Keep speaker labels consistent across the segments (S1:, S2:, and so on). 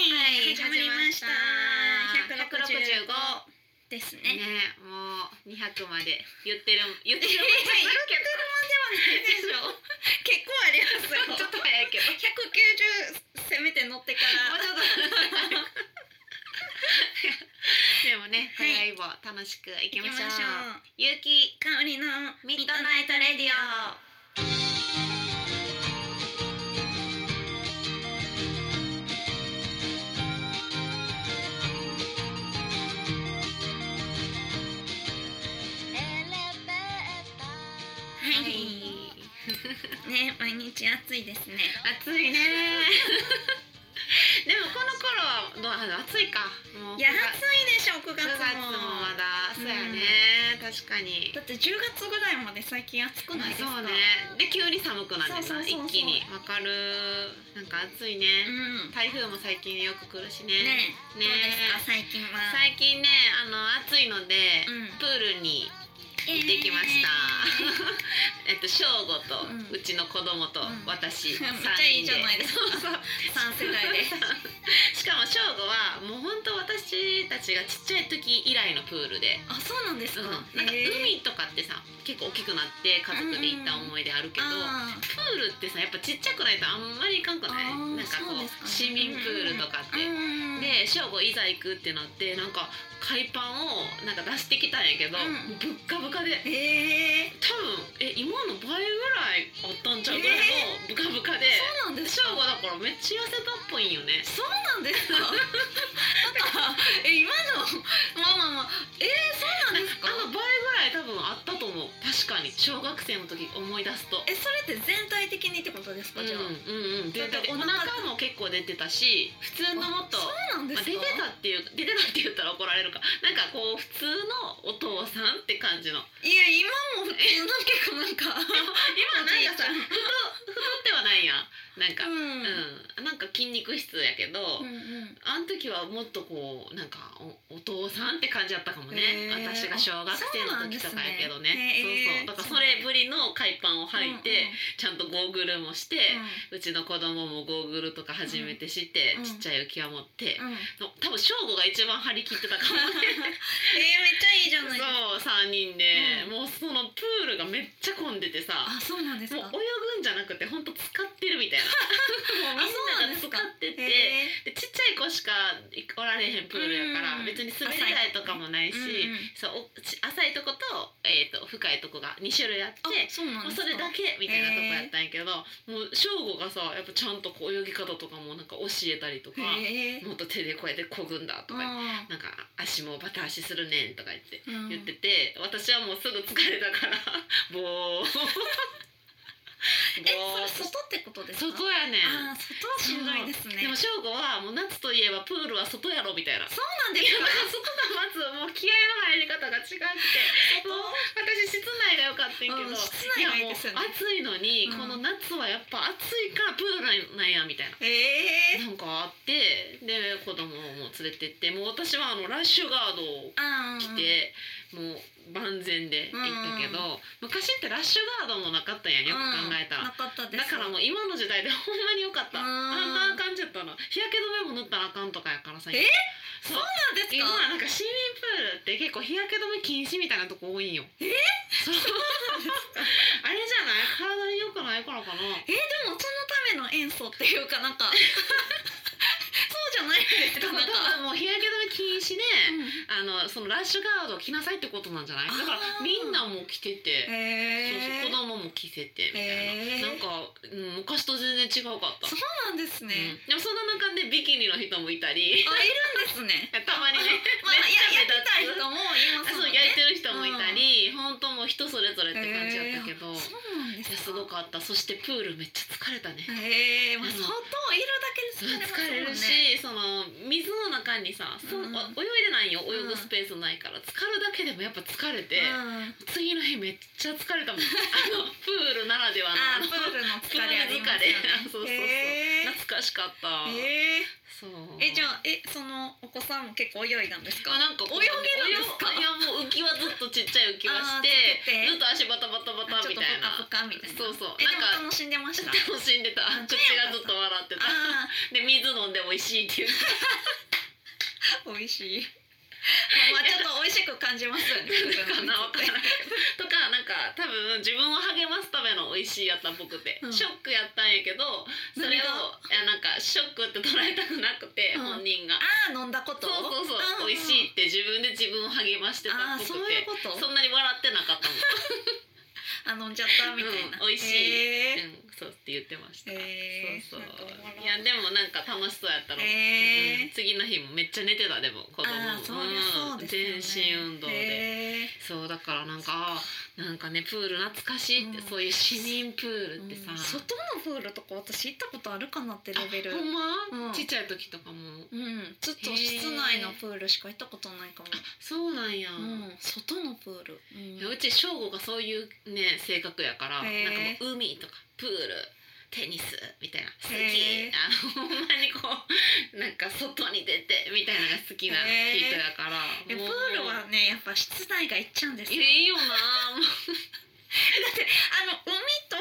S1: 始まりました
S2: 百六十五
S1: ですね
S2: ねもう二百まで言ってる言って
S1: 言ってる
S2: るでし
S1: 結
S2: ょ
S1: 構あります
S2: ちょ
S1: よ
S2: っと早いけどもう
S1: 190せめて乗ってから
S2: ちょっとでもね
S1: はい
S2: 今宵も楽しくいき
S1: 行
S2: ま
S1: きま
S2: し
S1: しょ
S2: ょう
S1: う
S2: ゆうき
S1: 香りの
S2: ミッドナイトレディオ
S1: は
S2: はいい
S1: ね毎日暑いですね
S2: 暑いねでもこの頃はどうあ暑いかもう
S1: いや
S2: 九
S1: 暑いでしょ9月
S2: 月
S1: も
S2: 九月もまだそうやね、確かに
S1: だって10月ぐらいまで最近暑くないですか
S2: そうねで急に寒くなるねん
S1: そうそう
S2: な
S1: そうそう
S2: 一気にわかるなんか暑いね、
S1: うん
S2: 台風も最近よく来るしね
S1: ねどうですか最近は
S2: 最近ねあの暑いので、
S1: うん
S2: プールに行ってきました、 えっと正午
S1: う
S2: と、
S1: ん
S2: うちの子供と
S1: うん めっ
S2: 私、
S1: ちゃ
S2: 三人
S1: いいじゃないですか
S2: そうそう
S1: 三世代で
S2: しかも正午はもう本当私たちがちっちゃい時以来のプールで、
S1: あ そうなんです
S2: う
S1: か、
S2: ん、なんか海とかってさ結構大きくなって家族で行った思い出あるけど、
S1: あ
S2: プールってさやっぱちっちゃくないとあんまり行かんくない
S1: あー
S2: なんかこ
S1: そう
S2: う
S1: ですかね
S2: 市民プールとかって。
S1: ー
S2: で正午いざ行くってなってなんか海パンをなんか出してきたんやけど、
S1: うん
S2: ぶっかぶかで
S1: うんえー、
S2: 多分え今の倍ぐらいあったんちゃうぐらいのぶかぶかで、
S1: そうなんです
S2: 正
S1: か
S2: 午だからめっちゃ痩せたっぽいんよね
S1: そうなんですかなんかえ今のまあまあまあえー、そうなんですか
S2: あの倍ぐらい多分あったと思う確かに小学生の時思い出すと
S1: えそれって全体的にってことです
S2: う
S1: か、
S2: んう
S1: じゃあ
S2: んうん
S1: だ
S2: で
S1: って
S2: お
S1: お
S2: 腹
S1: 腹
S2: も結構出てたし普通のもっと
S1: そうなんで
S2: まあ、
S1: すか
S2: 出てたっていう出てたって言ったら怒られるかなんかこう普通のお父さんって 感じの
S1: いや今も普通の結構 なんか
S2: 今なんかさ
S1: おじいちゃん
S2: 太太ってはないやんなんか、うん
S1: うん
S2: なんか筋肉質やけど、
S1: うんうん
S2: あの時はもっとこうなんかおお父さんって感じだったかもね、
S1: へー
S2: 私が小学生の時とかやけ
S1: そう
S2: どね
S1: なんですねへー
S2: そうそうだからそれぶりの海パンを履いて、ちゃんとゴーグルもして、うちの子供もゴーグルとか初めてして、
S1: うん
S2: ちっちゃい浮き輪持って、
S1: うんうんうん、えー、めっ
S2: 多分正午が一番張り切っ てたかもね
S1: ちゃいいじゃないですか
S2: そう三人で、
S1: う
S2: もうそのプールがめっちゃ混んでてさ
S1: あそうなんです
S2: もう
S1: か
S2: 泳ぐんじゃなくて本当使ってるみ たいなもうみんなが使ってて
S1: へ
S2: でちっちゃい子しかおられへんプールやから、
S1: うん
S2: 別に滑り台とかもないし、
S1: うんうん
S2: そうおち浅いとこと,、えー、と深いとこが2種類あって
S1: ー、あそうなん
S2: もう
S1: です
S2: そ
S1: か
S2: れだけみたいなとこやったんやけど、もう正吾がさやっぱちゃんとこう泳ぎ方とかもなんか教えたりとか、
S1: へえ
S2: もっと手でこうやってこぐんだとか言って、なんか足もバタ足するねんとか言って。
S1: うん
S2: 言ってて、私はもうすぐ疲れたから ぼーぼ
S1: えそれ
S2: ー
S1: 外ってことですか
S2: 外やねん
S1: あー外はしんどいですね
S2: でも正午はもう夏といえばプールは外やろみ たいな
S1: そうなんですか
S2: そこがまずもう気合の入り方が違くて
S1: 外
S2: もう私室内が良かったんやけど、
S1: うん室
S2: い
S1: 内
S2: や
S1: がいい
S2: もう
S1: ですよね
S2: 暑いのに、
S1: うん
S2: この夏はやっぱ暑いからプールなんやみたいな。
S1: ええ
S2: なんかあってで子供も連れてってもう私はあのラッシュガードを
S1: あー
S2: 来て、もう万全で行ったけど、昔ってラッシュガードもなかったやんよく考えた
S1: うん
S2: ら、
S1: なかったです
S2: だからもう今の時代で ほんまによかった、
S1: うん
S2: あんな感じやったの日焼け止めも塗ったらあかんとかやからさ
S1: え
S2: そう
S1: そうなんです
S2: 今
S1: か
S2: なんか市民プールって結構日焼け止め禁止みたいなとこ多いんよえそう あれじゃない体に良くないからか
S1: え
S2: な
S1: ー、でもそのための塩素っていうか なんかそうじゃないですかな
S2: だか
S1: んか、
S2: らもう日焼け止め禁止で、
S1: うん
S2: あのそのラッシュガードを着なさいってことなんじゃないだから
S1: あー
S2: みんなもう着てて、
S1: へえ
S2: そうそう子供も着せてみた
S1: へ
S2: い
S1: ー
S2: な、なんか、うん、昔と全然違うかった
S1: そうなんですね、
S2: うんでもその中でビキニの人もいた
S1: あい
S2: り
S1: るんですね
S2: たまにね
S1: まあ、い
S2: めっちゃ
S1: や、やってた
S2: 目立つ
S1: 人も、今
S2: あ
S1: そ
S2: そう
S1: の、
S2: 焼い
S1: ね。
S2: てる人もいたり、本当もう人それぞれって感じだったけど、い
S1: そうなんです
S2: や
S1: か。
S2: すごかったそしてプールめっちゃ疲れたね、
S1: ええまあ、
S2: あの
S1: 相当いる
S2: 疲れ
S1: だけで疲れま
S2: る
S1: すもんね。
S2: しその水の中にさそ、
S1: うん
S2: お泳いでないよ泳
S1: う
S2: ぐ
S1: ん
S2: スペースないから、浸かるだけでもやっぱ疲れて、
S1: うん、
S2: 次の日めっちゃ疲れたもんあのプールならではの
S1: あ
S2: あの
S1: ー、プールの
S2: プー
S1: 疲
S2: ル
S1: れありますよね
S2: 。そうそうそう、
S1: へー
S2: 懐かしかった、
S1: えー
S2: そう
S1: え、じゃ
S2: あ
S1: あ、え、その、お子さんも結構泳いだんですか。
S2: なんかこう
S1: 泳げるんですか
S2: 泳いやもう浮き輪ずっとちっちゃい浮き輪し
S1: あ
S2: て
S1: ーつけて
S2: ずっと足バタバタバタ
S1: ちょっ
S2: み
S1: と
S2: たい
S1: ぽ
S2: な
S1: かぽかみたいな。
S2: そうそう
S1: え、で
S2: なんか
S1: も楽しんでま した。
S2: 楽しんでた
S1: あ
S2: 口がずっと笑ってた
S1: あ
S2: で水飲んでも美味しいっていうで
S1: 美味しい。まあ、ちょっと美味しく感じますよね。
S2: か なわ からないけどとかなんか多分自分を励ますための美味しいやったっぽくて、
S1: うん
S2: ショックやったんやけどそれをい
S1: 何が
S2: やなんかショックって捉えたくなくて、
S1: うん
S2: 本人が。
S1: ああ、飲んだこと。
S2: そうそうそう、
S1: んん
S2: 美味しいって自分で自分を励ましてた
S1: あ
S2: っ
S1: あ、
S2: ぽ
S1: そ
S2: く
S1: ういう
S2: て
S1: こと
S2: そ。んなに笑ってなかったも ん、
S1: あ、飲んじゃったみたいな。
S2: うん美味しい
S1: えー
S2: うん、そうって言ってました、
S1: えー
S2: そう
S1: なんか
S2: そう
S1: おもろ
S2: いやでもなんか楽しそうやったの、
S1: え
S2: うん次の日もめっちゃ寝てたでも子供
S1: ああ、そりゃそうですよね。
S2: うん全身運動で、
S1: え
S2: そうだからなんかあなんかねプール懐かしいって、
S1: うん
S2: そういう市民プールってさ、
S1: うん外のプールとか私行ったことあるかなってレベル
S2: あほんま、
S1: うん
S2: ちっちゃい時とかも
S1: うんずっと室内のプールしか行ったことないかも、
S2: そうなんや、
S1: うん、外のプール、うん
S2: いやうち翔吾がそういうね性格やか
S1: へ
S2: ら、
S1: ー
S2: なんかもう海とかプールテニスみたいな好き、
S1: へー
S2: あのほんまにこうなんか外に出てみたいなのが好きな
S1: へー
S2: 人やから、
S1: えプー
S2: もう
S1: ルはねやっぱ室内が行っちゃうんです
S2: い
S1: よ
S2: やいいよなもう
S1: あの海と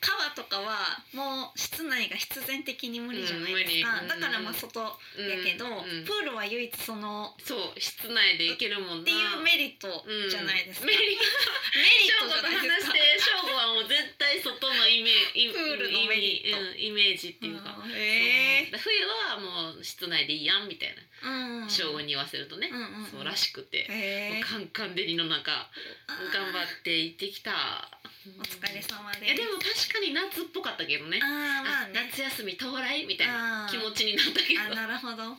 S1: 川とかはもう室内が必然的に無理じゃないですか、
S2: うん無理うん
S1: だからまあ外や
S2: うん
S1: けど、
S2: うん
S1: プールは唯一その
S2: そう室内で行けるもんな
S1: っていうメリット
S2: うん
S1: じゃないですか、
S2: メ
S1: メリ
S2: リッ
S1: ッ
S2: ト翔
S1: ト
S2: 吾
S1: じゃ
S2: と
S1: ないです
S2: 話し
S1: か
S2: て翔吾はもう絶対外のイメージ
S1: プールのメリット
S2: イメージっていうか、
S1: あーへえ
S2: そう冬はもう室内でいいやんみたいな
S1: うん
S2: 翔吾に言わせるとね、
S1: うんうんうん
S2: そうらしくて、
S1: へえ
S2: カンカン照りの中頑張って行ってきた
S1: お疲れ様です
S2: いやでも確かに夏っぽかったけどね
S1: あーまあ
S2: あ
S1: ね
S2: 夏休み到来みたい
S1: あー
S2: な気持ちになったけどい
S1: あ
S2: や
S1: なる ほどお疲れ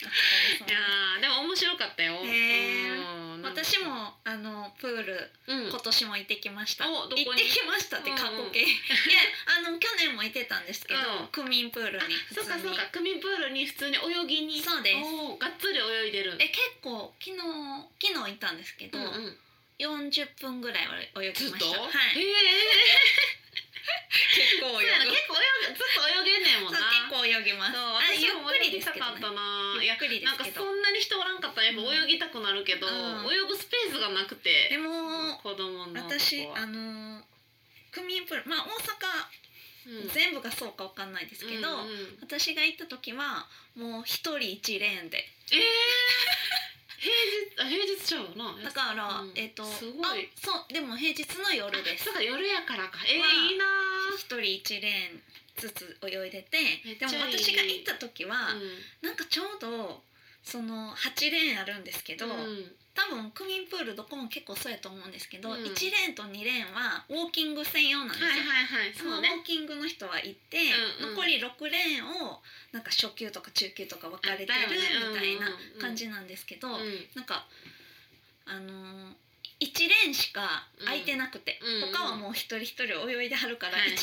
S1: 様です
S2: ーでも面白かったよ、
S1: へー
S2: うんなんか
S1: 私もあのプール
S2: うん
S1: 今年も行ってきました、
S2: おどこに
S1: 行ってきましたって過去形、いやあの去年も行ってたんですけど、
S2: うん
S1: 区民プール
S2: あ
S1: に普
S2: そうか
S1: 通
S2: そう
S1: に
S2: か区民プールに普通に泳ぎに
S1: そうです
S2: おーがっつり泳いでる
S1: え結構昨日昨日行ったんですけど、
S2: うんうん
S1: 40分ぐらいは泳
S2: ず
S1: ぎ
S2: っ
S1: ま
S2: と、
S1: した
S2: へ
S1: はい
S2: え
S1: 結構
S2: そうやな結構泳げずっと泳げんねんも
S1: そ
S2: ん
S1: う
S2: な
S1: 結構泳ぎます
S2: そう
S1: あ
S2: 私
S1: ゆっ
S2: も
S1: くり
S2: 泳
S1: で
S2: ぎ
S1: す
S2: た
S1: けど
S2: かっ
S1: ね
S2: たな、い
S1: ゆ
S2: や
S1: っくりで
S2: なん
S1: すけ
S2: かそ
S1: ど
S2: んなに人おらんかったらやっぱ泳ぎたくなるけど、
S1: うん
S2: 泳ぐスペースがなくて
S1: で、も
S2: 子供の
S1: 私あ
S2: の、
S1: のー区民プールまあ大
S2: うん
S1: 阪、全部がそうかわかんないですけど、
S2: うんうん
S1: 私が行った時はもう一人一レーンで
S2: えー、平日あ平日ちゃうな
S1: だから、
S2: うん
S1: えっ、と
S2: すごい
S1: あそうでも平日の夜です
S2: だから夜やからかえー、
S1: わあ
S2: いいな
S1: 一人一レーンずつ泳いでて
S2: めっち
S1: で
S2: ゃ
S1: も
S2: いい
S1: 私が行った時は
S2: ー、
S1: なんかちょうどその8レーンあるんですけど、
S2: うんうん
S1: 多分区民プールどこも結構そうやと思うんですけど、
S2: うん
S1: 1レーンと2レーンはウォーキング専用なんですよ。
S2: はいはいはい
S1: その
S2: そう
S1: ウ
S2: ね
S1: ォーキングの人は行って、
S2: うんうん
S1: 残り6レーンをなんか初級とか中級とか分かれてる
S2: あだよね
S1: みたいな
S2: うんうんうん
S1: 感じなんですけど、
S2: うん
S1: なんかあのー1レーンしか空いてなくて、
S2: うんうん
S1: 他はもう一人一人泳いではるから、
S2: はいは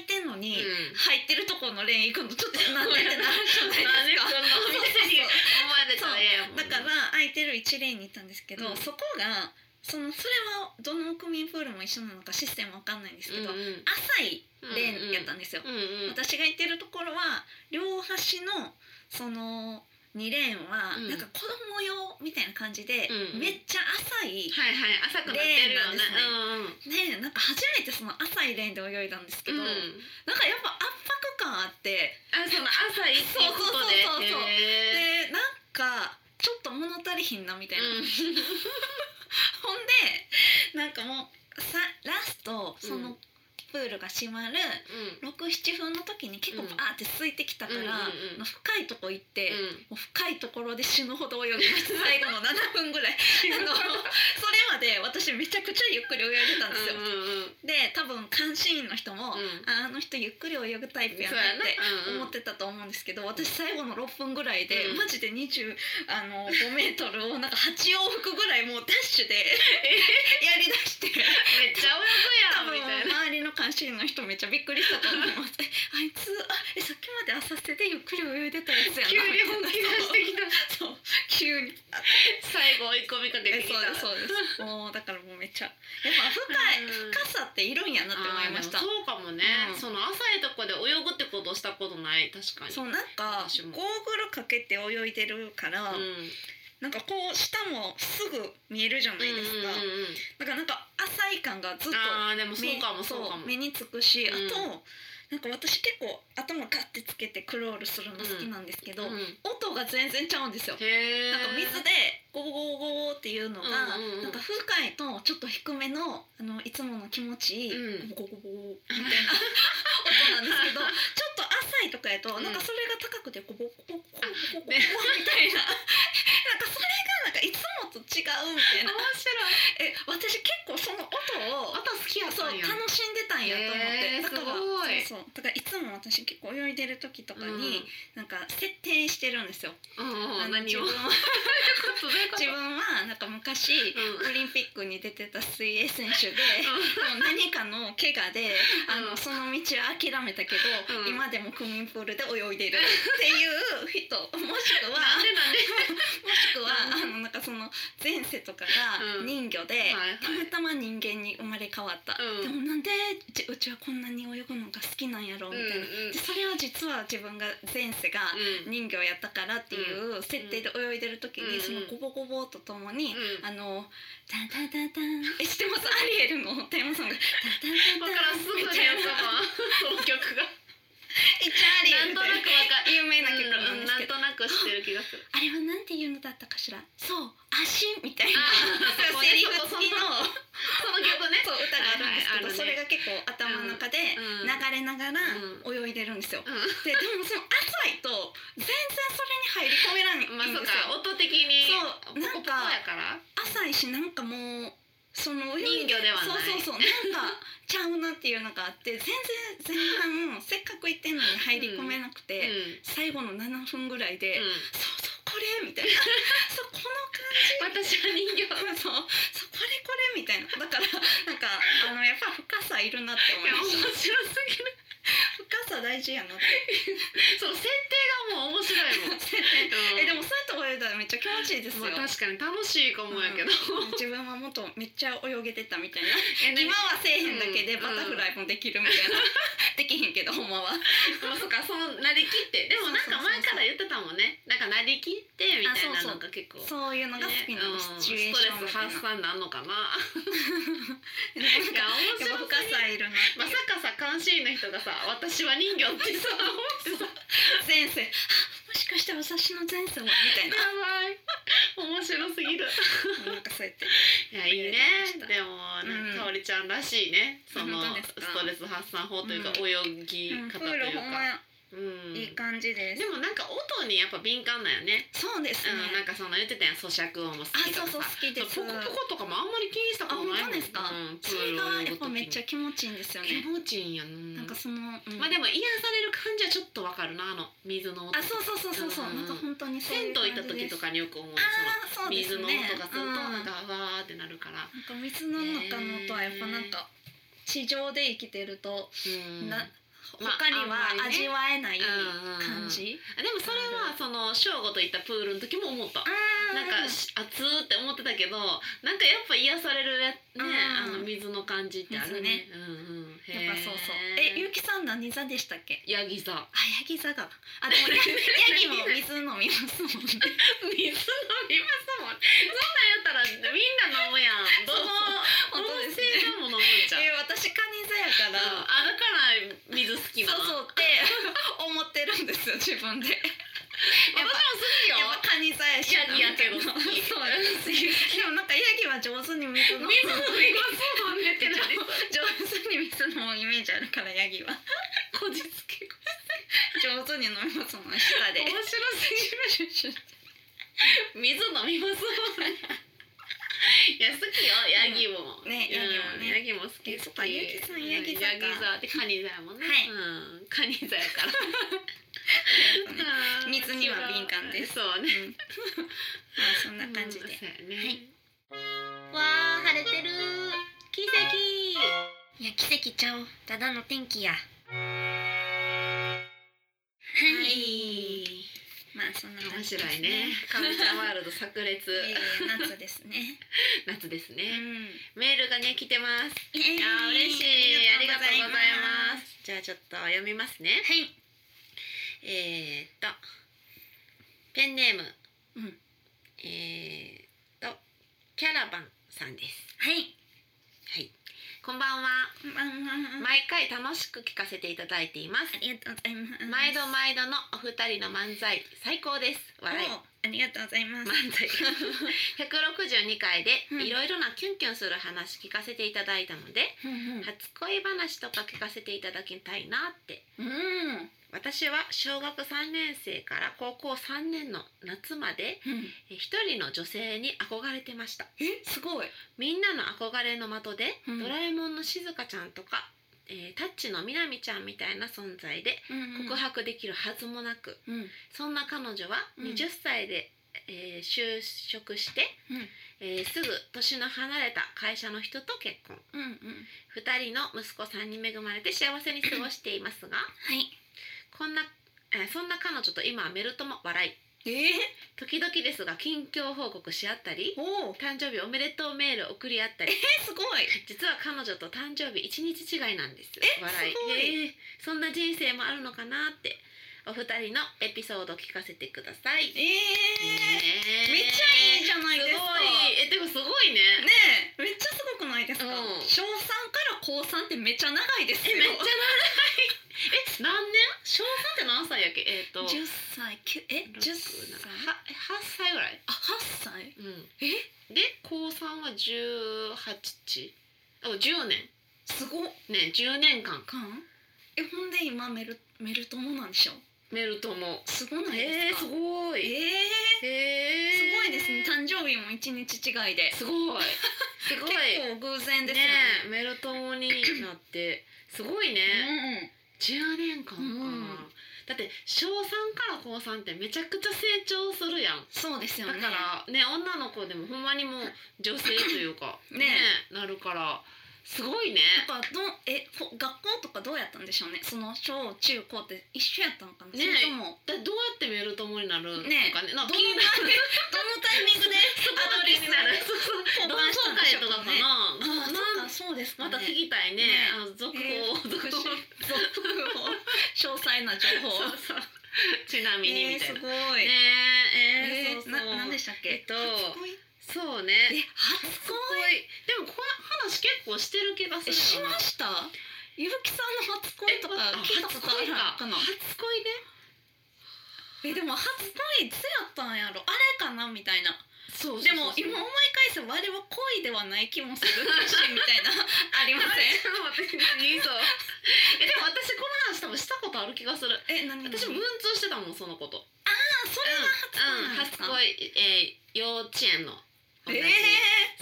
S2: い
S1: 1レーン空いてんのに、
S2: う
S1: 入
S2: ん
S1: ってるとこのレーン行くのちょっとなんでってなるじゃないです か。
S2: なんでこんなお店に思われたらええやも
S1: だ
S2: ん
S1: から空いてる1レーンに行ったんですけど、
S2: うん
S1: そこがそのそれはどの区民プールも一緒なのかシステムわかんないんですけど、
S2: うんうん
S1: 浅いレーンやったんですよ、
S2: うんうん
S1: 私が行ってるところは両端のその2レーンは
S2: うん
S1: なんか子供用みたいな感じで、
S2: うんうん
S1: めっちゃ浅い、
S2: はいはい浅くなってるよね
S1: レーンなんですね
S2: うんうん
S1: ねなんか初めてその浅いレーンで泳いだんですけど、
S2: うん
S1: なんかやっぱ圧迫感あって
S2: あその朝行っていうことで
S1: そうそうそうそう
S2: へ
S1: でなんかちょっと物足りひんなみたい
S2: ー
S1: な、
S2: うん
S1: ほんでなんかもうさラストそのプールが閉まる
S2: うん
S1: 67分の時に結構
S2: うん
S1: バーって空いてきたから、
S2: うんうんうん
S1: の深いとこ行って。
S2: うん
S1: もう深いところで死ぬほど泳ぎま した最後の7分ぐらいあのそれまで私めちゃくちゃゆっくり泳いでたんですよ、
S2: う
S1: で多分監視員の人も、
S2: んうんうん
S1: ああの人ゆっくり泳ぐタイプやなって思ってたと思うんですけど私最後の6分ぐらいで、
S2: うん
S1: マジで20あの5メートルをなんか8往復ぐらいもうダッシュで やりだ して
S2: めっちゃ
S1: 多
S2: 泳ぐ
S1: 分
S2: やんみたいな。
S1: 周りの監視員の人めっちゃびっくりしたと思います あいつあえさっきまで浅瀬でゆっくり泳いでたやつやな
S2: 急に本気出してきた。
S1: そう急に
S2: 最後追い込みかけ
S1: え
S2: てき
S1: そう
S2: た。
S1: ですそうです もうだからもうめっちゃやっぱ深い
S2: うん
S1: 深さっているんやなって思いました
S2: あーでもそうかもね。
S1: うん
S2: その浅いとこで泳ぐってことしたことない確かに。
S1: そうなんか
S2: 私
S1: ゴー
S2: も
S1: グルかけて泳いでるから、
S2: うん
S1: なんかこう下もすぐ見えるじゃないですか、
S2: うんうんうんうん
S1: だからなんか浅い感がずっと
S2: あーでもそうかも
S1: 目
S2: そうかも。
S1: 目につくし、
S2: うん
S1: あとなんか私結構頭ガッてつけてクロールするの好きなんですけど、
S2: うん、
S1: 音が全然ちゃうんですよ。
S2: へえ
S1: なんか水でゴボゴボゴボっていうのが、
S2: うんうんうん
S1: なんか不快とちょっと低めのあのいつもの気持ちいい、
S2: うん
S1: ゴボゴボゴボみたいな音なんですけどちょっと浅いとかやと、
S2: うん
S1: なんかそれが高くてゴボゴボゴボ
S2: あ
S1: ゴボゴボみ
S2: ね
S1: たいななんかそれがなんかいつもと違うみたいな
S2: 面白い
S1: え私結構その音を
S2: あと好きやっ
S1: そう
S2: たん
S1: 楽
S2: や
S1: しんでたんやと思って、
S2: へー
S1: だから
S2: すごい
S1: そうそうだからいつも私結構泳いでる時とか
S2: うん
S1: に、なんか設定してるんですよ。
S2: う
S1: あ
S2: んうん
S1: の
S2: 何
S1: 自
S2: を
S1: 分は
S2: どういうこと
S1: 自分はなんか昔
S2: う
S1: オ
S2: ん
S1: リンピックに出てた水泳選手で。もう何かの怪我であの、
S2: うん
S1: その道は諦めたけど、
S2: うん
S1: 今でも区民プールで泳いでるっていう人もしく
S2: な
S1: は
S2: んでなんで
S1: もしくは、あ
S2: う
S1: のなんかその前世とかが
S2: う
S1: 人
S2: ん
S1: 魚で、
S2: はいはい
S1: たまたま人間に生まれ変わった、
S2: うん
S1: でもなんでうちうちはこんなに泳ぐのが好きなんやろうみたいな、
S2: うんうん
S1: でそれは実は自分が前世が
S2: うん
S1: 人魚やったからっていう設定で泳いでる時に、
S2: うん
S1: そのゴボゴボとともに、
S2: うん
S1: あの「タンタンタンタン」え知ってますアリエルのテーマソング「タンタ
S2: わ
S1: ン
S2: か
S1: タン
S2: ら
S1: タン
S2: んす」ぐ
S1: み
S2: に
S1: たい
S2: や
S1: な
S2: その曲が
S1: 一応アリエルみたい
S2: なんとなくわか
S1: 有名な曲なん
S2: う
S1: で
S2: んな
S1: すけ
S2: ん
S1: ど、
S2: となく知ってる気がする
S1: あれはなんていうのだったかしらそう足みたいな
S2: あーそこね
S1: セリフ付きの
S2: そこその曲ね
S1: そう歌があるんですけど、
S2: はいはいあるね
S1: それが結構頭の中で
S2: うん
S1: 流れながら泳いでるんですよ。
S2: う
S1: ででもその浅いと全然それに入り込めらんない
S2: んまあ
S1: ん
S2: そ
S1: で
S2: う
S1: す
S2: か
S1: よ。
S2: 音的に
S1: そうなん
S2: ポコポコ
S1: か
S2: やから
S1: 浅いしなんかもうその
S2: 人魚ではな
S1: そ
S2: い
S1: うそうそうなんかちゃうなっていうのがあって全然前半せっかく行ってんのに入り込めなく
S2: う
S1: て、
S2: ん
S1: 最後の7分ぐらいで、
S2: うん
S1: そうそうこれみたいなそうこの感じ
S2: 私は人形
S1: そうそうこれこれみたいなだからなんかあのやっぱ深さいるなって思
S2: い
S1: い
S2: や面
S1: まし
S2: 白
S1: た
S2: すぎる
S1: 深さ大事やなって
S2: その設定がもう面白
S1: えで
S2: いもんうん
S1: もそうやって泳いだらめっちゃ気持ちいいですよ、
S2: まあ確かに楽しいかもやけど、
S1: 自分はもっとめっちゃ泳げてたみたいな
S2: えで
S1: 今
S2: も
S1: はせえへんだけで
S2: うん
S1: バタフライもできるみた いなできへんけどほんまは
S2: そうかそのなりきってでもなんか前から言ってたもんねなんかなりきってみたいなのが結構
S1: そういうのが好きなの、
S2: ねう
S1: シ
S2: ん
S1: チュエーションみ
S2: スト
S1: たい
S2: レス発散なんのかな
S1: ななん
S2: い
S1: か
S2: や面
S1: やっ
S2: 白
S1: ぱ深
S2: すぎる
S1: さいるなって
S2: ま
S1: い
S2: さ
S1: う
S2: かさ監視員の人がさ「私は人魚」ってさ思ってさ
S1: 前世あもしかして私の前世はみたい
S2: や
S1: な
S2: ばい面白すぎる
S1: なんかそうやって
S2: いやいいねでもなん
S1: うん
S2: か香織ちゃんらしいねその
S1: 本当ですか
S2: ストレス発散法というか
S1: う
S2: 泳ぎ
S1: うんプ
S2: 方と
S1: ー
S2: い
S1: ル
S2: う
S1: ほんま
S2: かうん
S1: いい感じです、
S2: でもなんか音にやっぱ敏感なんよね
S1: そうですね、
S2: うんなんかその言ってたやん咀嚼音も好
S1: あ
S2: きと
S1: そ
S2: か
S1: うそう好
S2: さ
S1: きです
S2: ポコポコとかもあんまり気にしたことないも
S1: あ本
S2: ん
S1: 当ですか
S2: うん、プ
S1: そ
S2: ー
S1: れ
S2: ル
S1: が
S2: 泳
S1: や
S2: ぐ
S1: っぱめっちゃ
S2: 時
S1: 気持ちいいんですよ
S2: に
S1: ね
S2: 気持ちいいんやん
S1: なんかその、うん
S2: まあでも癒される感じはちょっとわかるなあの水の音
S1: あそうそうそうそうそう、
S2: うん
S1: なんか本当にそうい
S2: 銭湯
S1: う感
S2: 行
S1: じ
S2: った時と
S1: です
S2: かによく思う
S1: あー
S2: そ
S1: そう
S2: の
S1: です
S2: 水
S1: ね
S2: の音がすると
S1: うん
S2: なんかわーってなるから、
S1: なんか水の中の音はやっぱなんか地上で生きてると、
S2: うん
S1: な
S2: まあ
S1: 他には
S2: あんまり
S1: 味
S2: ね
S1: わえない
S2: うんうん
S1: 感じ、
S2: あでもそれはその正午と行ったプールの時も思った
S1: あ
S2: なんかし熱ーって思ってたけどなんかやっぱ癒されるね、
S1: うん
S2: あの水の感じってあるねうんうん
S1: やっぱそうそう
S2: へ
S1: え
S2: ー
S1: ゆうきさん何座でしたっけ
S2: ヤギ座
S1: あヤギ座があでもヤヤ ギも水飲みますもんね
S2: 水飲みますもんそんなんやったらみんな飲むやんど
S1: そうそう
S2: の
S1: 本当
S2: 温
S1: です
S2: 泉
S1: ね
S2: でも飲むんちゃう、
S1: え私カニ座やか
S2: うん
S1: ら、
S2: あだから水好きな
S1: そう
S2: の
S1: そうって 思ってるんですよ自分で
S2: 私も好きよ
S1: やっぱカニ座やし
S2: ヤギやけど
S1: そ
S2: 好
S1: う
S2: き
S1: ですでもなんかヤギは上手に水の
S2: 水飲みますもんねって
S1: 上
S2: なり
S1: 手に水飲むイメージあるからヤギは
S2: こじつけ
S1: 上手に飲みますもん舌で
S2: 面白すぎる水飲みますもんねいや好きよヤギも、
S1: ねヤギもね
S2: うんヤギも好き
S1: そっ
S2: 好
S1: か
S2: き
S1: ユキさんヤギ座か
S2: うんヤギ座でカニ座やもんね、
S1: はい
S2: うん、カニ座やからうん
S1: 水には敏感です
S2: そう
S1: う
S2: ね
S1: んまあそんな感じで、
S2: うんそうやね、
S1: はい
S2: わあ晴れてる奇跡
S1: いや奇跡ちゃうただの天気やは、
S2: はいい
S1: まあそんな感
S2: 面
S1: じで
S2: 白
S1: す
S2: いねカルチャー ワールド炸裂
S1: えー夏ですね
S2: 夏です
S1: う
S2: ね
S1: ん
S2: メールがね来てます
S1: いや
S2: いやー嬉しいありがとうございますじゃあちょっと読みますね
S1: はい
S2: えー、っとペンネーム、
S1: うん
S2: えー、っとキャラバンさんです
S1: はい
S2: はいこんばんは。
S1: まあまあまあ
S2: 毎回楽しく聞かせていただいています
S1: あ。りがとうございます。
S2: 毎度毎度のお二人の漫才最高です。笑い。
S1: おありがとうございます。
S2: 漫才162回で
S1: うん
S2: いろいろなキュンキュンする話聞かせていただいたので、
S1: うん
S2: 初恋話とか聞かせていただきたいなって
S1: うん。
S2: 私は小学3年生から高校3年の夏まで
S1: うん。
S2: え一人の女性に憧れてました
S1: え、すごい。
S2: みんなの憧れの的で、
S1: うん
S2: ドラえもんのしずかちゃんとか、えータッチのみなみちゃんみたいな存在で
S1: 告。
S2: 告白できるはずもなく、
S1: うん。
S2: そんな彼女は
S1: うん
S2: 20歳で、えー就職して、
S1: うん
S2: えーすぐ年の離れた会社の人と結婚
S1: うんうん。
S2: 2人の息子さんに恵まれて幸せに過ごしていますが
S1: はい。
S2: こんな、えーそんな彼女と今はメルトも笑い
S1: ええ
S2: 時々ですが近況報告し合ったり
S1: おお。
S2: 誕生日おめでとうメールを送り合ったり
S1: え、すごい。
S2: 実は彼女と誕生日一日違いなんです
S1: え
S2: 笑い
S1: すごい
S2: えーそんな人生もあるのかなってお二人のエピソード聞かせてください
S1: ええ
S2: ねえ
S1: めっちゃいいじゃないですか
S2: ごいえでもすごいね
S1: ねえ、めっちゃすごくないですか。
S2: うん
S1: 小三から高三ってめっちゃ長いですよ。
S2: めっちゃ長いえ何年小3って何歳やっけえっ、と
S1: 十歳、きゅ、え、
S2: 六
S1: 十
S2: な
S1: 歳。
S2: は8歳ぐらい
S1: あ、八歳。
S2: うん
S1: え
S2: で高3は18あ10年
S1: すごっ。
S2: ね10年間
S1: か
S2: か
S1: ん。え、ほんで、今メル、メルトモなんでしょ
S2: メルトも
S1: すごない
S2: え
S1: で
S2: ー、
S1: す
S2: す
S1: か。
S2: ごい
S1: ええ
S2: えー、
S1: すごいですね。誕生日も一日違いで。
S2: すごいすごい
S1: 結構偶然ですよ
S2: えメルトモになってすごいね、
S1: ね。
S2: 10年間
S1: う
S2: か、
S1: ん
S2: だって小3から高3ってめちゃくちゃ成長するやん
S1: そうです
S2: だ
S1: よ
S2: か
S1: ね。
S2: らね女の子でもほんまにもう女性というか
S1: ね
S2: なるからすごいね
S1: なんかどうえほ学校とかどうやったんでしょうね。その小中高って一緒やったのかな。
S2: ね
S1: それとも
S2: だどうやってメール友になるのか
S1: ね
S2: ねな
S1: どの
S2: んか
S1: タイ
S2: 気
S1: ミ
S2: に
S1: ン
S2: なる
S1: グ どのタイミングで
S2: アドレ スなるそうそう
S1: 交
S2: 同
S1: 換した
S2: 窓
S1: んでし
S2: 会
S1: ょう
S2: とかか
S1: かね。
S2: な
S1: あそう
S2: なん
S1: かそうですか
S2: ま
S1: ね。
S2: た聞きたいね
S1: ね
S2: あの続報、
S1: えー
S2: 続報
S1: 続報詳細な情報。
S2: そうそうちなみに
S1: え
S2: み
S1: ー
S2: たい
S1: す
S2: な、
S1: ご
S2: ね
S1: い。え
S2: ええー、そう
S1: ー
S2: そう
S1: ななんでしたっ
S2: え
S1: け
S2: っ。と
S1: 初恋
S2: そうね
S1: え初
S2: すご
S1: 恋。
S2: いでもこの話結構してる気がす
S1: え
S2: る
S1: し
S2: よな
S1: ました。ゆうきさんの初恋とか
S2: あ
S1: 聞いたことあるかな。
S2: 初恋ね
S1: えでも初恋いつやったんやろあれかなみたいな。
S2: そう
S1: でも今思い返せばあれは恋ではない気もするしみたい なありません。
S2: 私何そう えでも私この話多分したことある気がする
S1: え何
S2: 私文
S1: あ
S2: 通してたもんそのこと
S1: それが
S2: うん
S1: 初
S2: 初
S1: 恋
S2: 恋えー幼稚園の同じ
S1: え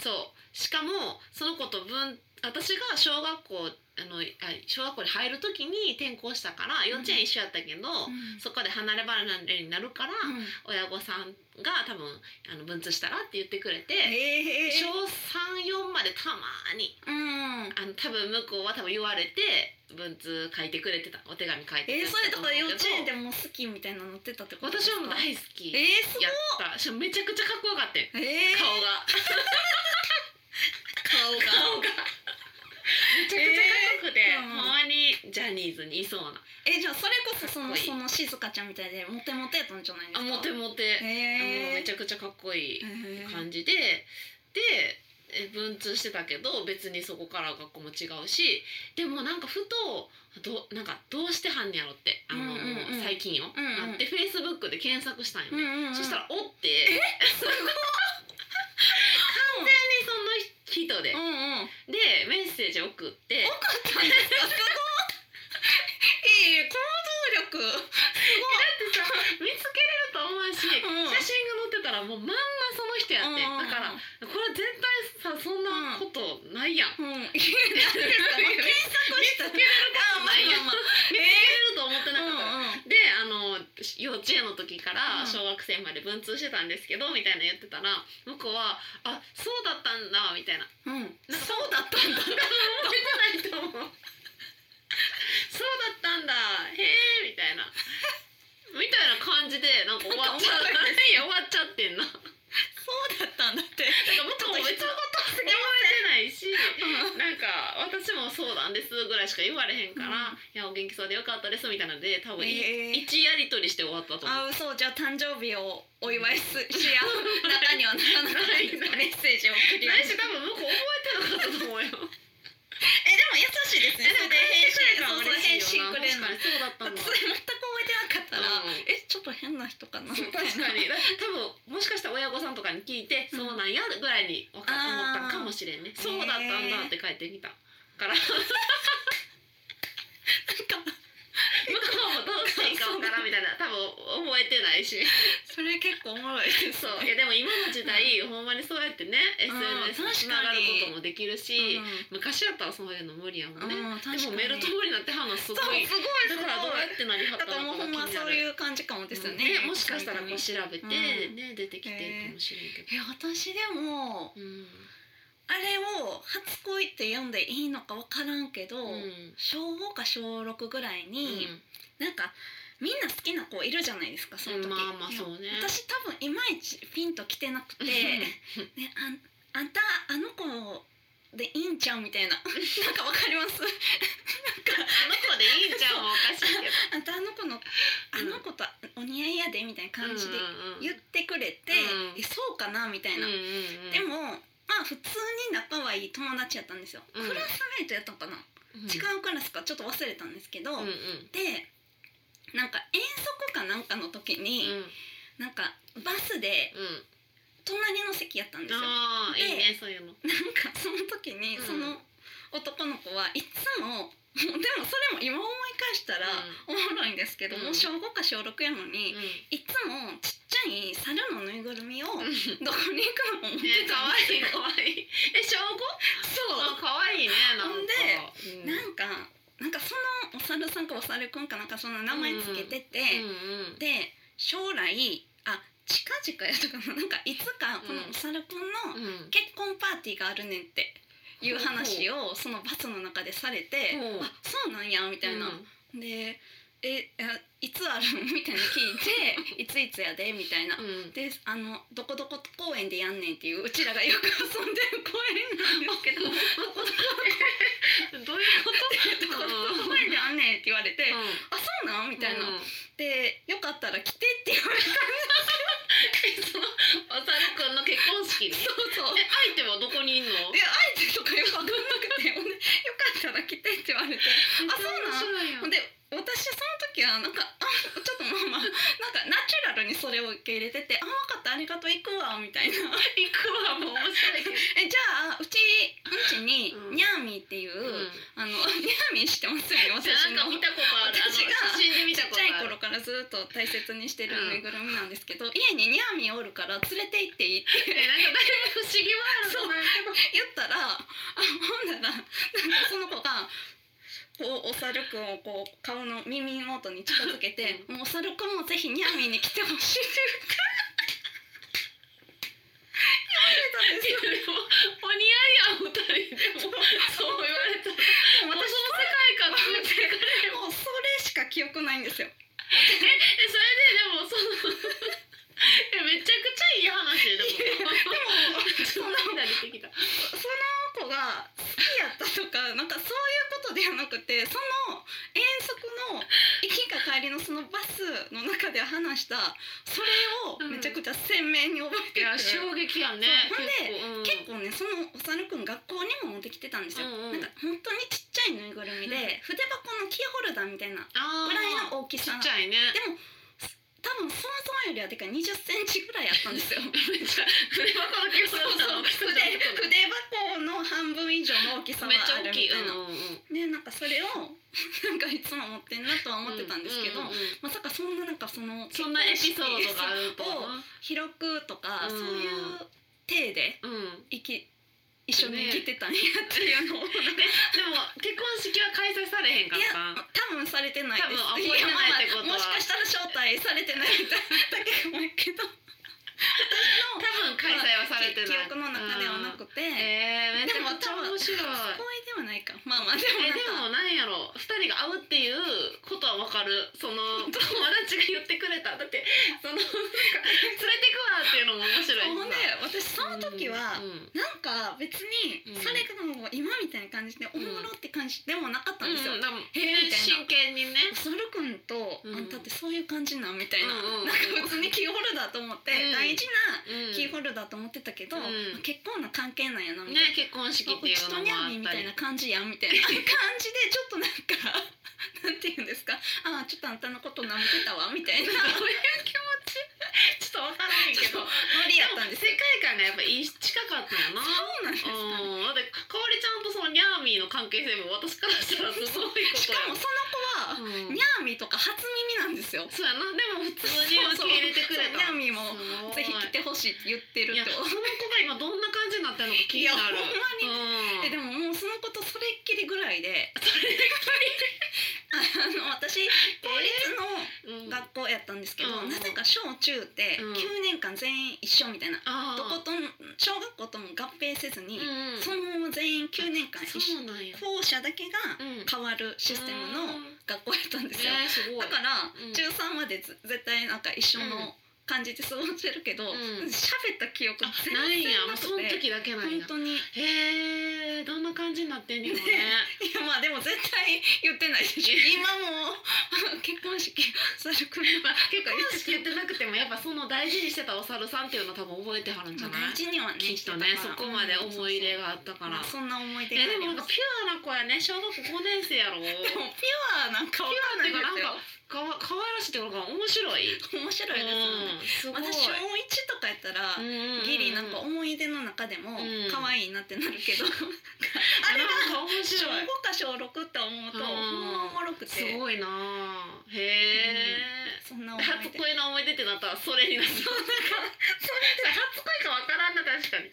S2: そうしかもその子と文私が小学校あのあ小学校に入る時に転校したから幼稚園一緒やったけど、
S1: ーうん
S2: そこで離れ離れになるから、
S1: うん
S2: 親御さんが多分あの文通したらって言ってくれて、
S1: え
S2: 小
S1: ー
S2: 34までたまに
S1: うん
S2: あの多分向こうは多分言われて文通書いてくれてたお手紙書いてくれ
S1: え
S2: て
S1: ーそれ
S2: た
S1: と
S2: 思う
S1: か
S2: け
S1: 幼
S2: ど
S1: 稚園でも好きみたいなのってたってことです
S2: 私
S1: か
S2: はも
S1: え
S2: う大好きやっ
S1: ーすごい
S2: たしかもめちゃくちゃかっこよかったよ
S1: えー
S2: 顔が
S1: 顔
S2: 顔がめちゃくちゃかっこよくて、
S1: えーうん
S2: ほんまにジャニーズにいそうな
S1: えじゃあそれこそそ
S2: かっ
S1: の
S2: こいい
S1: その静香ちゃんみたいでモテモテやったんじゃないです
S2: あ
S1: か
S2: モテ
S1: モ
S2: モテ、もう
S1: え
S2: めち
S1: ゃ
S2: ゃくちゃかっこいい
S1: えー
S2: 感じで、でえ文通してたけど別にそこから学校も違うしでもなんかふとどうなんかどうしてはんねやろってあの、
S1: うんうんうん
S2: もう最近よ、
S1: うんうん
S2: あってフェイスブックで検索したんよ、
S1: うんうんうん
S2: そしたら「おって え完全にその人で
S1: うんうん
S2: でメッセージ送って
S1: 多かったんですかすごいいい行動力
S2: 見つけれると思うし、
S1: うん
S2: 写真が載ってたらもうまんまその人やって、だからこれ絶対さそんなことないやん、
S1: うん、いやなんですか検索した
S2: 見つけれることないやん、
S1: まあまあまあ
S2: 見つけれると思ってなかったから、
S1: うんうん
S2: であの幼稚園の時から
S1: うん
S2: 小学生まで文通してたんですけど、みたいな言ってたら向こうは「あそうだったんだ」みたいな
S1: うん、
S2: なんか
S1: そうだったんだ。
S2: 思ってないと思うそうだったんだへえみたいなみたいな感じでなんか終わっちゃっ
S1: なんか
S2: た
S1: 面白い
S2: いや終わっちゃってんななんか
S1: そうだったんだって。
S2: 向こうも
S1: ちょっと
S2: 別のこと言われてないしなんか私もそうなんですぐらいしか言われへんから
S1: うん
S2: 「いやお元気そうでよかったです」みたいなので多分い
S1: えー
S2: 一やりとりして終わったと思う
S1: あ、嘘、じゃあ誕生日をお祝いすし合う中にはならなかったんですか
S2: ないない
S1: メッセージを送り合
S2: 来
S1: う
S2: 週多分向こう覚えてなかったと思うよ。
S1: えでも優しいですね。それで返信
S2: 返
S1: そうそう返
S2: 信
S1: 信くれるの。
S2: そうだった
S1: それ全く
S2: んだ
S1: 覚えてなかったら、
S2: うん
S1: えちょっと変な人かなみ
S2: そう
S1: たい
S2: 確
S1: な
S2: かにだ多分もしかしたら親御さんとかに聞いて、
S1: うん
S2: そうなんやぐらいにわか
S1: あー
S2: 思ったかもしれんねそうだったんだって書いてみたから
S1: なんか
S2: 向こうもどうしていいかわ からんみたいな多分覚えてないし
S1: それ結構おもろいです
S2: そ
S1: ね。
S2: ういやでも今の時代、ほんまにそうやってね SNS につながることもできるし、昔やったらそういうの無理やもんね、
S1: うん、
S2: でもメルトモリなんてはんのす
S1: そ
S2: ご
S1: うすごい
S2: い
S1: す
S2: だからどう
S1: ご
S2: や
S1: い。
S2: ってなりはっ
S1: だ
S2: た
S1: からもう
S2: の
S1: ほん
S2: かが
S1: ま
S2: 気にな
S1: そう
S2: る
S1: いう感じかもですよね。
S2: もしかしたらこう調べて、
S1: うん
S2: ね出てきてるかもしれんけど、
S1: え私でも
S2: うん
S1: あれを「初恋」って読んでいいのか分からんけど、
S2: うん
S1: 小5か小6ぐらいに、なんかみんな好きな子いるじゃないですかその時、
S2: まあまあそうね
S1: 私多分いまいちピンときてなくて、
S2: うん
S1: ね、あんあんたあの子でいいんちゃうみたい ななんかわかりますなんか
S2: あの子でいいじゃんもおかしいけど
S1: あんたあの子のあの子とお似合いやでみたいな感じで言っ
S2: って
S1: くれて、
S2: うん
S1: えそうかなみたいな、でもまあ普通に仲はいい友達やったんですよ、
S2: うん
S1: クラスメイトやったのかな、違うクラスかちょっと忘れたんですけど、
S2: うんうん
S1: でなんか遠足かなんかの時
S2: うん
S1: に、なんかバスで
S2: うん
S1: 隣の席やったんですよ、
S2: ああ
S1: で
S2: いいねそういうの
S1: なんかその時に
S2: うん
S1: その男の子はいつもも うでもそれも今思い返したらおもろいんですけど、
S2: うん
S1: もう小5か小6やのに、
S2: う
S1: いつもちっちゃい猿のぬいぐるみをどこ
S2: ん
S1: に
S2: ね
S1: 行くのも持って
S2: 可
S1: たん
S2: 愛い
S1: ですよ
S2: 可愛いえ小五
S1: そう
S2: 可愛いねなんか
S1: ほんで
S2: うん
S1: なんかなんかそのお猿さんかお猿くんかなんかその名前つけてて、
S2: うんうん
S1: で将来あ近々やとかななんかいつかこのお猿くんの
S2: うん
S1: 結婚パーティーがあるねんっていう話をそのバスの中でされて
S2: ほう
S1: あそうなんやみたいな
S2: う。ん
S1: でえあいつあるんみた いな聞 いていついつやでみたいな。
S2: うん
S1: であのどこどこ公園でやんねんっていううちらがよく遊んでる公園なんですけどどこどこ
S2: どういうこ
S1: で どこどこ公園でやんねんって言われて、
S2: と
S1: あそうなんみたいな、
S2: うん
S1: でよかったら来てって言われて
S2: そのおさるくんの結婚式に
S1: そうそう
S2: え相手はどこにいんの
S1: であえてとかよく分かんなくてほんで「よかったら来て」って言われてあそうなん
S2: な
S1: ほんで私その時はなんかあちょっとまあまあなんかナチュラルにそれを受け入れてて「あ分かったありがとう行くわ」み たいな「
S2: 行くわもう面白いけど
S1: えじゃあうちうちに
S2: うん
S1: ニャーミーっていう、あのニャーミーしてますよね
S2: じゃあ
S1: 私
S2: なんか
S1: の
S2: 見。たことあるあの
S1: 私が
S2: 写真で見
S1: ち
S2: た
S1: っ
S2: こ
S1: ち
S2: と
S1: ゃい
S2: ある
S1: 頃からずっと大切にしてるぬいぐるみなんですけど、家にニャーミーおるから連れて行っていいって
S2: えなんかだいぶ不思議ワールドなんやけど
S1: 言ったらあほんならなんかその子がこうお猿くんをこう顔の耳元に近づけて「もうお猿くんもぜひニャミーに来てほ しい」って言って言われたんですよ。
S2: でも お似合いやん二人でもそう言われたらもう
S1: 私
S2: その世界観作ってくれよ
S1: もうそれしか記憶ないんですよ。
S2: えそれででもその えめちゃくちゃいい話でも
S1: でも
S2: そ
S1: そ
S2: ん
S1: の
S2: なになれてきた
S1: その子が好きやったとか なんかそういうことではなくてその遠足の行きか帰りのそのバスの中で話したそれをめちゃくちゃ鮮明に覚え
S2: い
S1: てる、
S2: や衝撃やね
S1: そうほんで結
S2: 結構
S1: 構ねそのおさるくん学校にも持ってきてたんですよ、
S2: うんうん
S1: なんか本当にちっちゃいぬいぐるみで、
S2: うん
S1: 筆箱のキーホルダーみたいな
S2: あ
S1: ぐらい
S2: ー
S1: の大き
S2: ち
S1: さ
S2: っちゃいね
S1: でも多分想像よりはでかい20センチぐらいあったんですよ
S2: めっちゃ筆箱の
S1: そう
S2: 結
S1: そう
S2: 構な大きさ
S1: 筆
S2: じゃなくない
S1: 筆箱の半分以上の大きさは
S2: めっちゃ
S1: ある
S2: 大
S1: み
S2: きい
S1: た
S2: う
S1: いな、
S2: んうんうん
S1: ねなんかそれを なんかいつも持ってんなとは思ってたんですけど、
S2: うううん
S1: まさかそんななんかその
S2: そんなエピソードがあると
S1: を広くとか、
S2: うん
S1: そういう体で
S2: うん、
S1: 生き一緒に生きてたんやっていうのを、
S2: でも結婚式は開催されへんか
S1: い
S2: っ
S1: や
S2: たん
S1: 多分されてないです
S2: 多分覚えてないってこと
S1: やま
S2: は
S1: あまあもしかしたら招待されてないだけかもやけ ど私
S2: 多
S1: の
S2: 分開催はされてない
S1: 記記憶の中ではなくて、
S2: えー、めちゃくちゃ面白い
S1: 初恋ではないかまあまあで
S2: えで
S1: もなんか
S2: もなんやろ二人が会うっていうことはわかるその友達が言ってくれただってそのなんか連れてくわっていうのも面白い
S1: ほんで私その時は、
S2: うん
S1: なんか別に
S2: うん
S1: それがもう今みたいな感じでおもろって感じでもなかったんですよ。
S2: うんうんでも
S1: へーみたいな
S2: 真剣にね
S1: おさるくんと
S2: うん
S1: あんたってそそういう感じなんみたいな、
S2: うんうん
S1: なんか普通にキーホルダーと思って、
S2: うん
S1: 大事な
S2: うん
S1: キーホルダーと思ってたけど、
S2: うん
S1: 結構な関係なんやなみたいな
S2: ね。結婚式
S1: あ
S2: っ
S1: う
S2: てい
S1: ち
S2: う
S1: と
S2: のも
S1: ニャン
S2: あ
S1: ミーみ
S2: った
S1: たい
S2: り
S1: な感じやんみたいな感じでちょっとなんか なんていうんですかあーちょっとあんたのこと舐めてたわみたいな
S2: どういう気持ちちょっとわからないけど
S1: ノリやったんです
S2: 世
S1: よ。
S2: 界観がやっぱいい近かったよな
S1: そうなんですかね、
S2: うんだってかおりちゃんとそのニャーミーの関係性も私からしたらすごいこ
S1: し
S2: と
S1: かも
S2: よ
S1: その子は、
S2: うん
S1: ニャンミーとか初耳なんですよ。
S2: そうやなでも普通に受け入れてく
S1: そうそ
S2: れた
S1: うニャンミーも
S2: も
S1: ぜひ来てほしいって言ってる
S2: いや
S1: って
S2: そ
S1: こ
S2: の
S1: と
S2: 子が今どんな感じになってるのか気にな
S1: い
S2: る
S1: やほんまに
S2: うん
S1: えでももうそのことそれっきりぐらいで あの私公立の
S2: うん
S1: 学校やったんですけど、
S2: うん
S1: なぜか小中って
S2: うん
S1: 9年間全員一緒みたいな、
S2: あー
S1: どことも小学校とも合併せずに、
S2: うん
S1: そのまま全員9年間一緒
S2: そうなんや
S1: 校舎だけが
S2: うん
S1: 変わるシステム
S2: う
S1: の
S2: ん
S1: 学校やったんですよ、
S2: えーすごい
S1: だから
S2: うん
S1: 中3までず絶対なんか一緒
S2: うん
S1: の感じで過ごしてるけど
S2: うん
S1: 喋、った記憶
S2: あ
S1: 全
S2: ないん
S1: 然
S2: や
S1: な
S2: もう
S1: く
S2: その
S1: て
S2: 時だけなん
S1: 本
S2: や
S1: 当にい
S2: へえどんな感じになってんのよね
S1: ねやまあでも絶対言ってないでしょ今もう結婚式するくらい
S2: まあ結構意識言ってなくてもやっぱその大事にしてたお猿さんっていうの多分覚えてはるんじゃない
S1: 大事にはね
S2: きっとね
S1: して
S2: そ
S1: たから
S2: こまで思い入れがあったから
S1: まあそんな思い出
S2: え
S1: があ
S2: でも
S1: り
S2: なん
S1: ま
S2: か
S1: す
S2: ピュアな子やね小学校5年生や ろ
S1: で
S2: ピュ
S1: もピュアなんかわ
S2: ア
S1: かんな
S2: ってい
S1: いう
S2: かなん
S1: で
S2: かかわかわいらしいっていうかなんか面白い
S1: すよ面白いですよね
S2: すごい
S1: 私小一とかやったら、ギリなんか
S2: うん
S1: 思い出の中でも
S2: うん
S1: 可愛いなってなるけど、あ
S2: あ
S1: れ
S2: れ
S1: が
S2: なんか面
S1: 小
S2: 白い
S1: 5か小6って思うと
S2: う
S1: ほ
S2: ん
S1: んまおもろく
S2: す
S1: て
S2: ごいなあへえ
S1: そんな思い
S2: 初
S1: 出
S2: 恋の思い出ってなったらそれになったそれ初恋かわからんな確かに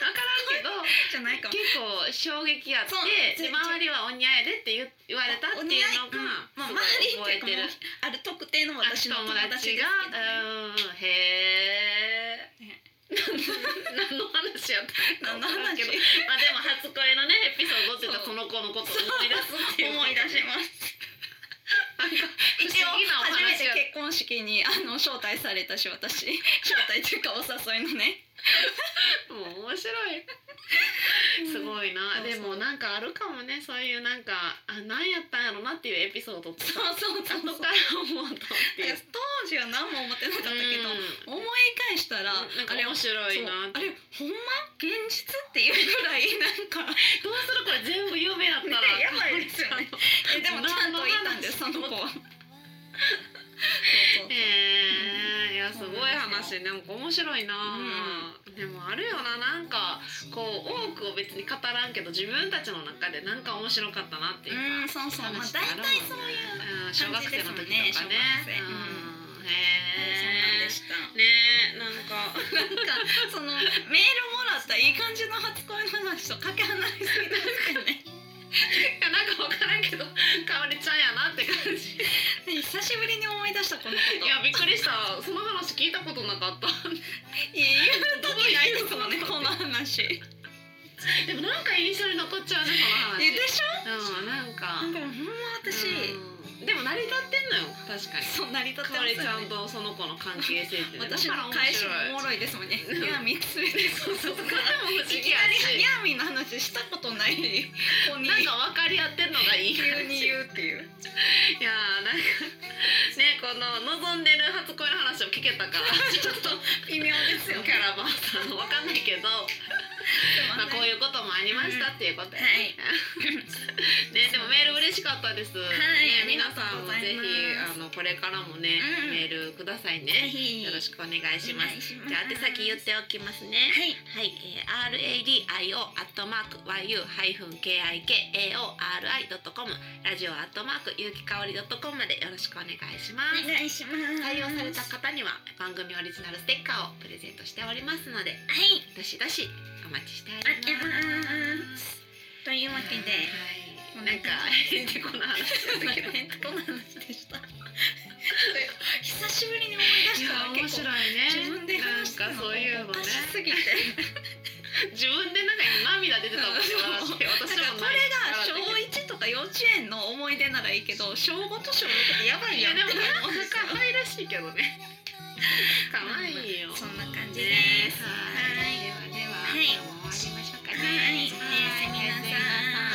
S2: わからんけど
S1: じゃないかも
S2: 結構衝撃やって
S1: そう
S2: で周りは「おにゃやで」って言言われたっていうのが
S1: まあ、
S2: すご
S1: 周り
S2: い覚え
S1: って
S2: て
S1: いうかもう
S2: る
S1: ある特定の私の友達ですけど
S2: がうんへえ
S1: ね
S2: 何の話やった
S1: 何の話
S2: わからんけどまあでも初恋のねエピソードって言ったら
S1: そ
S2: そうの子のことを思い出すっていう
S1: 思い出します
S2: 不
S1: 一応
S2: 思議なお
S1: 初め
S2: 話
S1: て
S2: やった
S1: 結婚式にあの招待されたし私招待というかお誘いのね
S2: もう面白いす
S1: い
S2: ごいな、
S1: うん
S2: でもなんかあるかもねそういうなんかあなんやったんやろなっていうエピソードと
S1: そ
S2: か
S1: うそうそう
S2: 後
S1: そう
S2: から思うとってい
S1: だ
S2: う
S1: から当時は何も思ってなかったけど、
S2: うん
S1: 思い返したら、
S2: なんか
S1: あれ
S2: 面白いなっ
S1: そうあ
S2: て
S1: れほんま現実っていうぐらいなんか
S2: どうするこれ全部有名だったら、
S1: ねやばいですよねえでもちゃんといたんですその子はそうそうそう
S2: えー、いやす
S1: そ
S2: ご
S1: う
S2: い
S1: なんです
S2: 話なんか面白いな、でもあるよななんかこう多くを別に語らんけど自分たちの中でなんか面白かったなっていうか、
S1: うんそうそうまあ
S2: 話
S1: 大
S2: ってあるもんね
S1: 体そういう
S2: うん小学生の時とかね
S1: 感じですもんね小学生
S2: うん
S1: そうなん
S2: へ
S1: で
S2: え
S1: した
S2: ねえなんか
S1: なんかそのメールもらったいい感じの初恋の話とかけ離れすぎですかね
S2: いや なんかわからんけどかおりちゃんやなって感じい
S1: ね久しぶりに思い出したこのこと
S2: やびっくりしたその話聞いたことなかった
S1: いや言う時ないですもんねこの話え
S2: でもなんか印象に残っちゃうねこの
S1: で
S2: 話
S1: しょ
S2: うんなんか
S1: なんかほんま私、
S2: うんでも成り立ってんのよ確かに
S1: そう成り立って
S2: かおりち
S1: ま
S2: ゃ
S1: す
S2: ん
S1: よね
S2: とその子の関係性って、
S1: 私の返しもおもろいですもんね。
S2: うん
S1: いや三 つ目です。
S2: そうそうそうでも不思
S1: い
S2: 議
S1: き
S2: や
S1: なり
S2: し
S1: ニャーミーの話したことない子に
S2: なんか分かり合ってんのがいい
S1: 急
S2: 感
S1: に
S2: じいや
S1: 言うっていう。
S2: ーなんかねこの望んでる初恋の話を聞けたからちょっと
S1: 微妙です
S2: キ
S1: よ。
S2: ャラバンさんの分かんないけど、まあ、こういうこともありましたっていうこと や ね、ねでもメール嬉しかったです、
S1: はい
S2: ね、皆さんも
S1: あ
S2: ぜ
S1: り
S2: ひ
S1: がとうございます
S2: あのこれからもね、
S1: うん
S2: メールください
S1: ぜ
S2: ね
S1: ひ
S2: よろし
S1: く
S2: くお願いします
S1: す
S2: じゃあ宛先言っておきますね。
S1: はい。
S2: はい、えー、RADIO アットマーク YU ハイフン KIKAORI ドットコムラジオアットマーク有機香りドットコムまでよろしくお願いしま
S1: お。
S2: す
S1: 願いします。
S2: 採用された
S1: は
S2: 方には番組オリジナルステッカーをプレゼントしておりますので、
S1: い。
S2: どしどしお待ちしてお
S1: あ
S2: り
S1: り
S2: ます。
S1: ます。というわけで。
S2: はい、なんかへんてこな話だったけど。
S1: この話でした。久しぶりに思い出したら結構自
S2: い
S1: 分で
S2: なん
S1: 話して
S2: かそういうの
S1: おか
S2: ね
S1: しすぎて。
S2: 自分でなんか今涙出てたもん私
S1: なん
S2: 私
S1: かこ
S2: もない
S1: れが小一とか幼稚園の思い出ならいいけど小五と小六ってやばい
S2: い
S1: や
S2: や
S1: ん
S2: でも
S1: って
S2: なん
S1: 思うん ですよ
S2: か可愛らしいけどね。可愛いよ。
S1: そんな感じ
S2: ね
S1: です。
S2: はい。ではでは、
S1: はい
S2: 今日も終わりましょうかね。
S1: はいおやすみなさい
S2: おやすみなさい